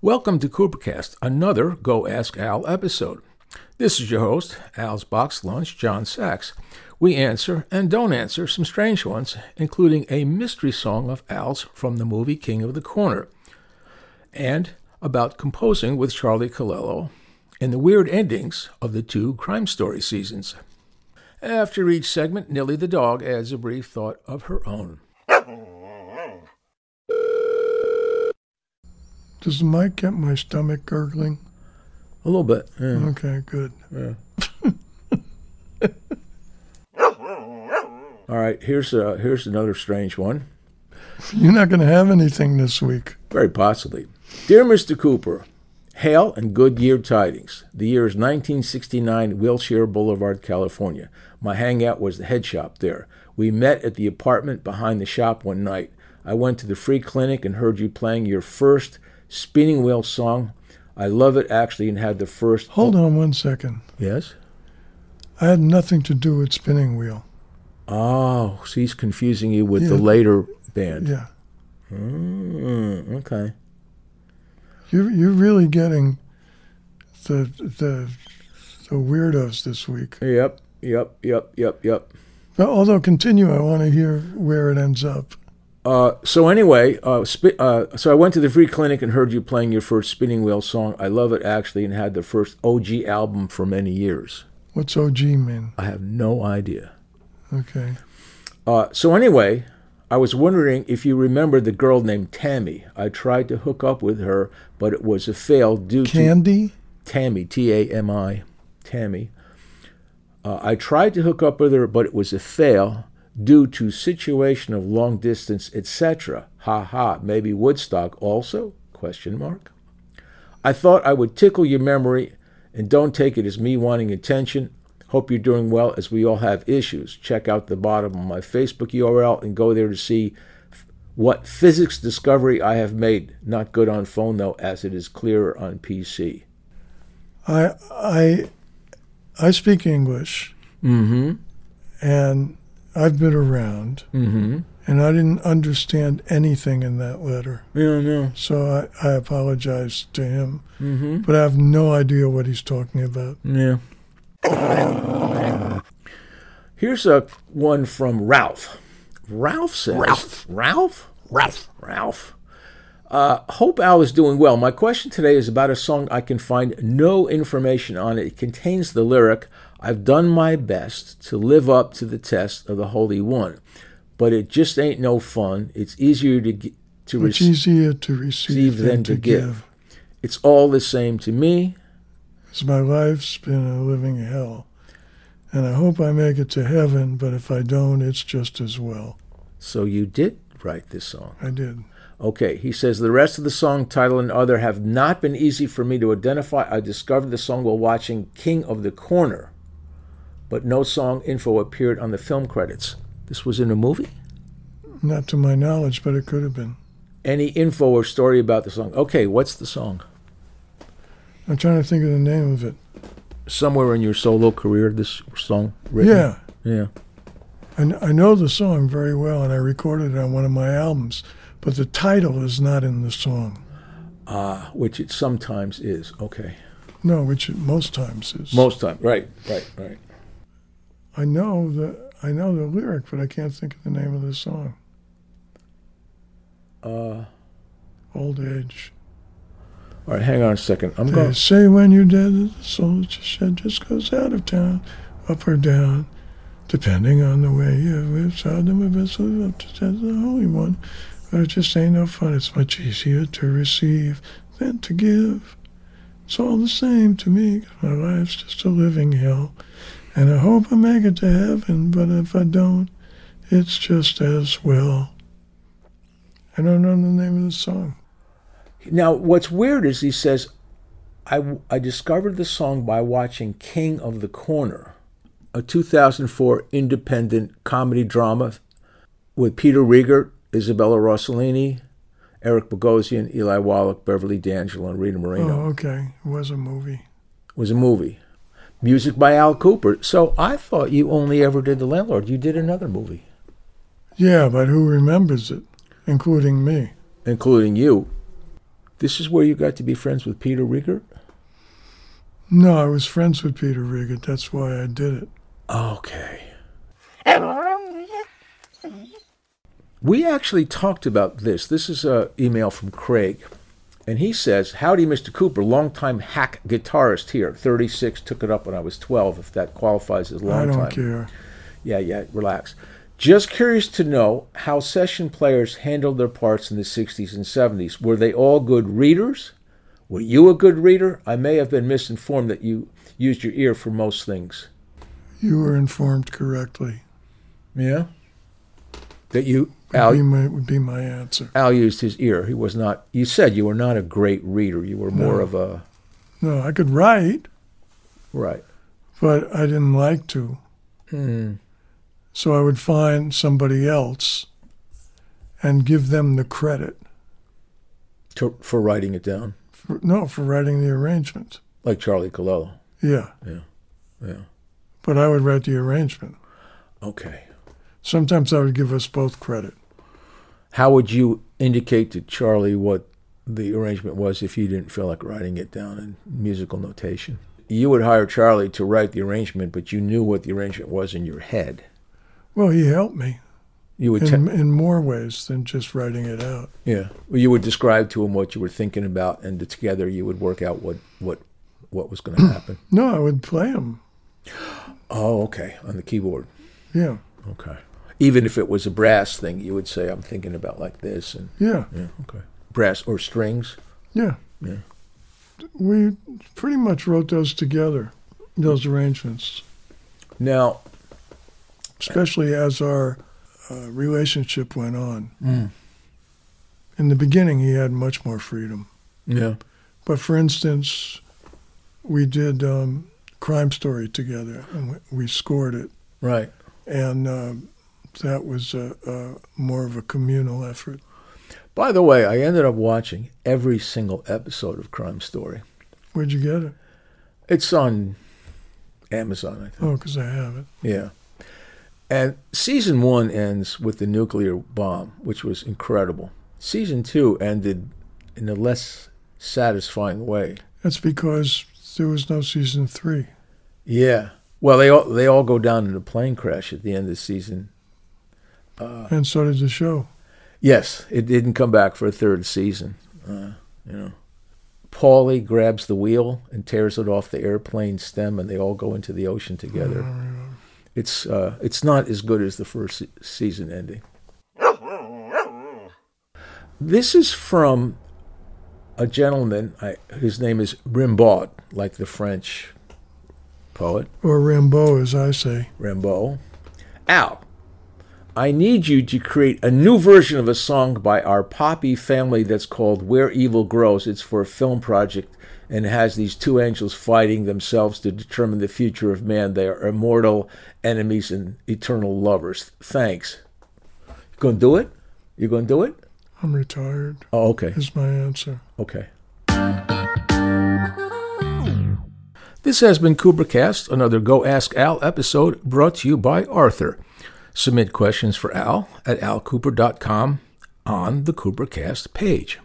Welcome to Coopercast, another Go Ask Al episode. This is your host, Al's Box Lunch, John Sachs. We answer and don't answer some strange ones, including a mystery song of Al's from the movie King of the Corner, and about composing with Charlie Colello, and the weird endings of the two crime story seasons. After each segment, Nilly the dog adds a brief thought of her own. Does the mic get my stomach gurgling? A little bit. Mm-hmm. yeah. Okay, good. All right, here's uh, here's another strange one. You're not going to have anything this week. Very possibly. Dear Mr. Cooper, hail and good year tidings. The year is 1969, Wilshire Boulevard, California. My hangout was the head shop there. We met at the apartment behind the shop one night. I went to the free clinic and heard you playing your first spinning wheel song. I love it actually and had the first. Hold on one second. Yes? I had nothing to do with spinning wheel. Oh, so he's confusing you with the Yeah. later band. Yeah. Mm, okay. You you're really getting the the the weirdos this week. Yep, yep, yep, yep, yep. But although continue, I want to hear where it ends up. Uh, so anyway, uh, spi- uh, so I went to the free clinic and heard you playing your first spinning wheel song. I love it actually, and had the first OG album for many years. What's OG mean? I have no idea. Okay. Uh, so anyway, I was wondering if you remember the girl named Tammy. I tried to hook up with her, but it was a fail due to Candy? Tammy, T A M I, Tammy. Uh, I tried to hook up with her, but it was a fail due to situation of long distance, etc. Ha ha. Maybe Woodstock also? Question mark. I thought I would tickle your memory, and don't take it as me wanting attention. Hope you're doing well, as we all have issues. Check out the bottom of my Facebook URL and go there to see what physics discovery I have made. Not good on phone though, as it is clearer on PC. I I I speak English. Mm-hmm. And I've been around. Mm-hmm. And I didn't understand anything in that letter. Yeah, no. So I, I apologize to him. Mm-hmm. But I have no idea what he's talking about. Yeah. Here's a one from Ralph. Ralph says. Ralph. Ralph. Ralph. Ralph. Uh, hope Al is doing well. My question today is about a song I can find no information on. It contains the lyric, I've done my best to live up to the test of the Holy One, but it just ain't no fun. It's easier to, g- to It's easier to receive receive than to give. It's all the same to me. Because my life's been a living hell. And I hope I make it to heaven, but if I don't, it's just as well. So you did write this song. I did. Okay, he says the rest of the song title and other have not been easy for me to identify. I discovered the song while watching King of the Corner, but no song info appeared on the film credits. This was in a movie? Not to my knowledge, but it could have been. Any info or story about the song? Okay, what's the song? I'm trying to think of the name of it. Somewhere in your solo career, this song written? Yeah. Yeah. I, kn- I know the song very well, and I recorded it on one of my albums, but the title is not in the song. Ah, which it sometimes is. Okay. No, which it most times is. Most time. Right, right, right. I know the I know the lyric, but I can't think of the name of the song. Uh, old age. All right, hang on a second. I'm They going. say when you're dead, that the soul just shed just goes out of town, up or down, depending on the way you live. So the vessel up to death, the holy one. But it just ain't no fun. It's much easier to receive than to give. It's all the same to me. 'cause My life's just a living hell, and I hope I make it to heaven. But if I don't, it's just as well. I don't know the name of the song. Now, what's weird is he says, I, I discovered the song by watching King of the Corner, a 2004 independent comedy drama with Peter Riegert, Isabella Rossellini, Eric Bogosian, Eli Wallach, Beverly D'Angelo, and Rita Moreno. Oh, okay. It was a movie. It was a movie. Music by Al Cooper. So I thought you only ever did The Landlord. You did another movie, Yeah, but who remembers it, including me? including you. This is where you got to be friends with Peter Riegert? No, I was friends with Peter Riggett. That's why I did it. Okay. We actually talked about this. This is an email from Craig. And he says, Howdy, Mr. Cooper, longtime hack guitarist here. 36, took it up when I was 12, if that qualifies as long I don't time. care. Yeah, yeah, relax. Just curious to know how session players handled their parts in the 60s and 70s. Were they all good readers? Were you a good reader? I may have been misinformed that you used your ear for most things. You were informed correctly. Yeah? That you, Would be Al, my, would be my answer. Al used his ear. He was not, you said you were not a great reader. You were more No. of a, No, I could write, right. but I didn't like to. Hmm. So I would find somebody else and give them the credit. To, for writing it down, For, no, for writing the arrangement. like Charlie Colella. Yeah. Yeah, yeah. But I would write the arrangement. Okay. Sometimes I would give us both credit. How would you indicate to Charlie what the arrangement was if you didn't feel like writing it down in musical notation? You would hire Charlie to write the arrangement, but you knew what the arrangement was in your head. Well, he helped me You would, in, te- in more ways than just writing it out. yeah. You would describe to him what you were thinking about, and together you would work out what what what was going to happen. No, I would play him. oh, okay, on the keyboard. Yeah. Okay. Even if it was a brass thing, you would say, "I'm thinking about like this," and Yeah. yeah, okay, brass or strings. Yeah. Yeah. We pretty much wrote those together, those arrangements, Now, especially as our uh, relationship went on. Mm, In the beginning, he had much more freedom. yeah, But for instance, we did um, Crime Story together and we, we scored it. right. And uh, that was a, a more of a communal effort. By the way, I ended up watching every single episode of Crime Story. Where'd you get it? It's on Amazon, I think. Oh, because I have it. Yeah. And season one ends with the nuclear bomb, which was incredible. Season two ended in a less satisfying way. That's because there was no season three. Yeah. Well, they all they all go down in a plane crash at the end of season. and so did the show. Yes, it didn't come back for a third season. Uh, you know, Paulie grabs the wheel and tears it off the airplane stem, and they all go into the ocean together. It's uh, it's not as good as the first se- season ending. This is from a gentleman. I, his name is Rimbaud, like the French poet. Or Rambo, as I say. Rimbaud. Al, I need you to create a new version of a song by our Poppy family that's called Where Evil Grows. It's for a film project and has these two angels fighting themselves to determine the future of man. They are immortal enemies and eternal lovers. Thanks. You gonna do it? You gonna do it? I'm retired, Oh, okay. is my answer. Okay. This has been Coopercast, another Go Ask Al episode brought to you by Arthur. Submit questions for Al at alcooper.com on the Coopercast page.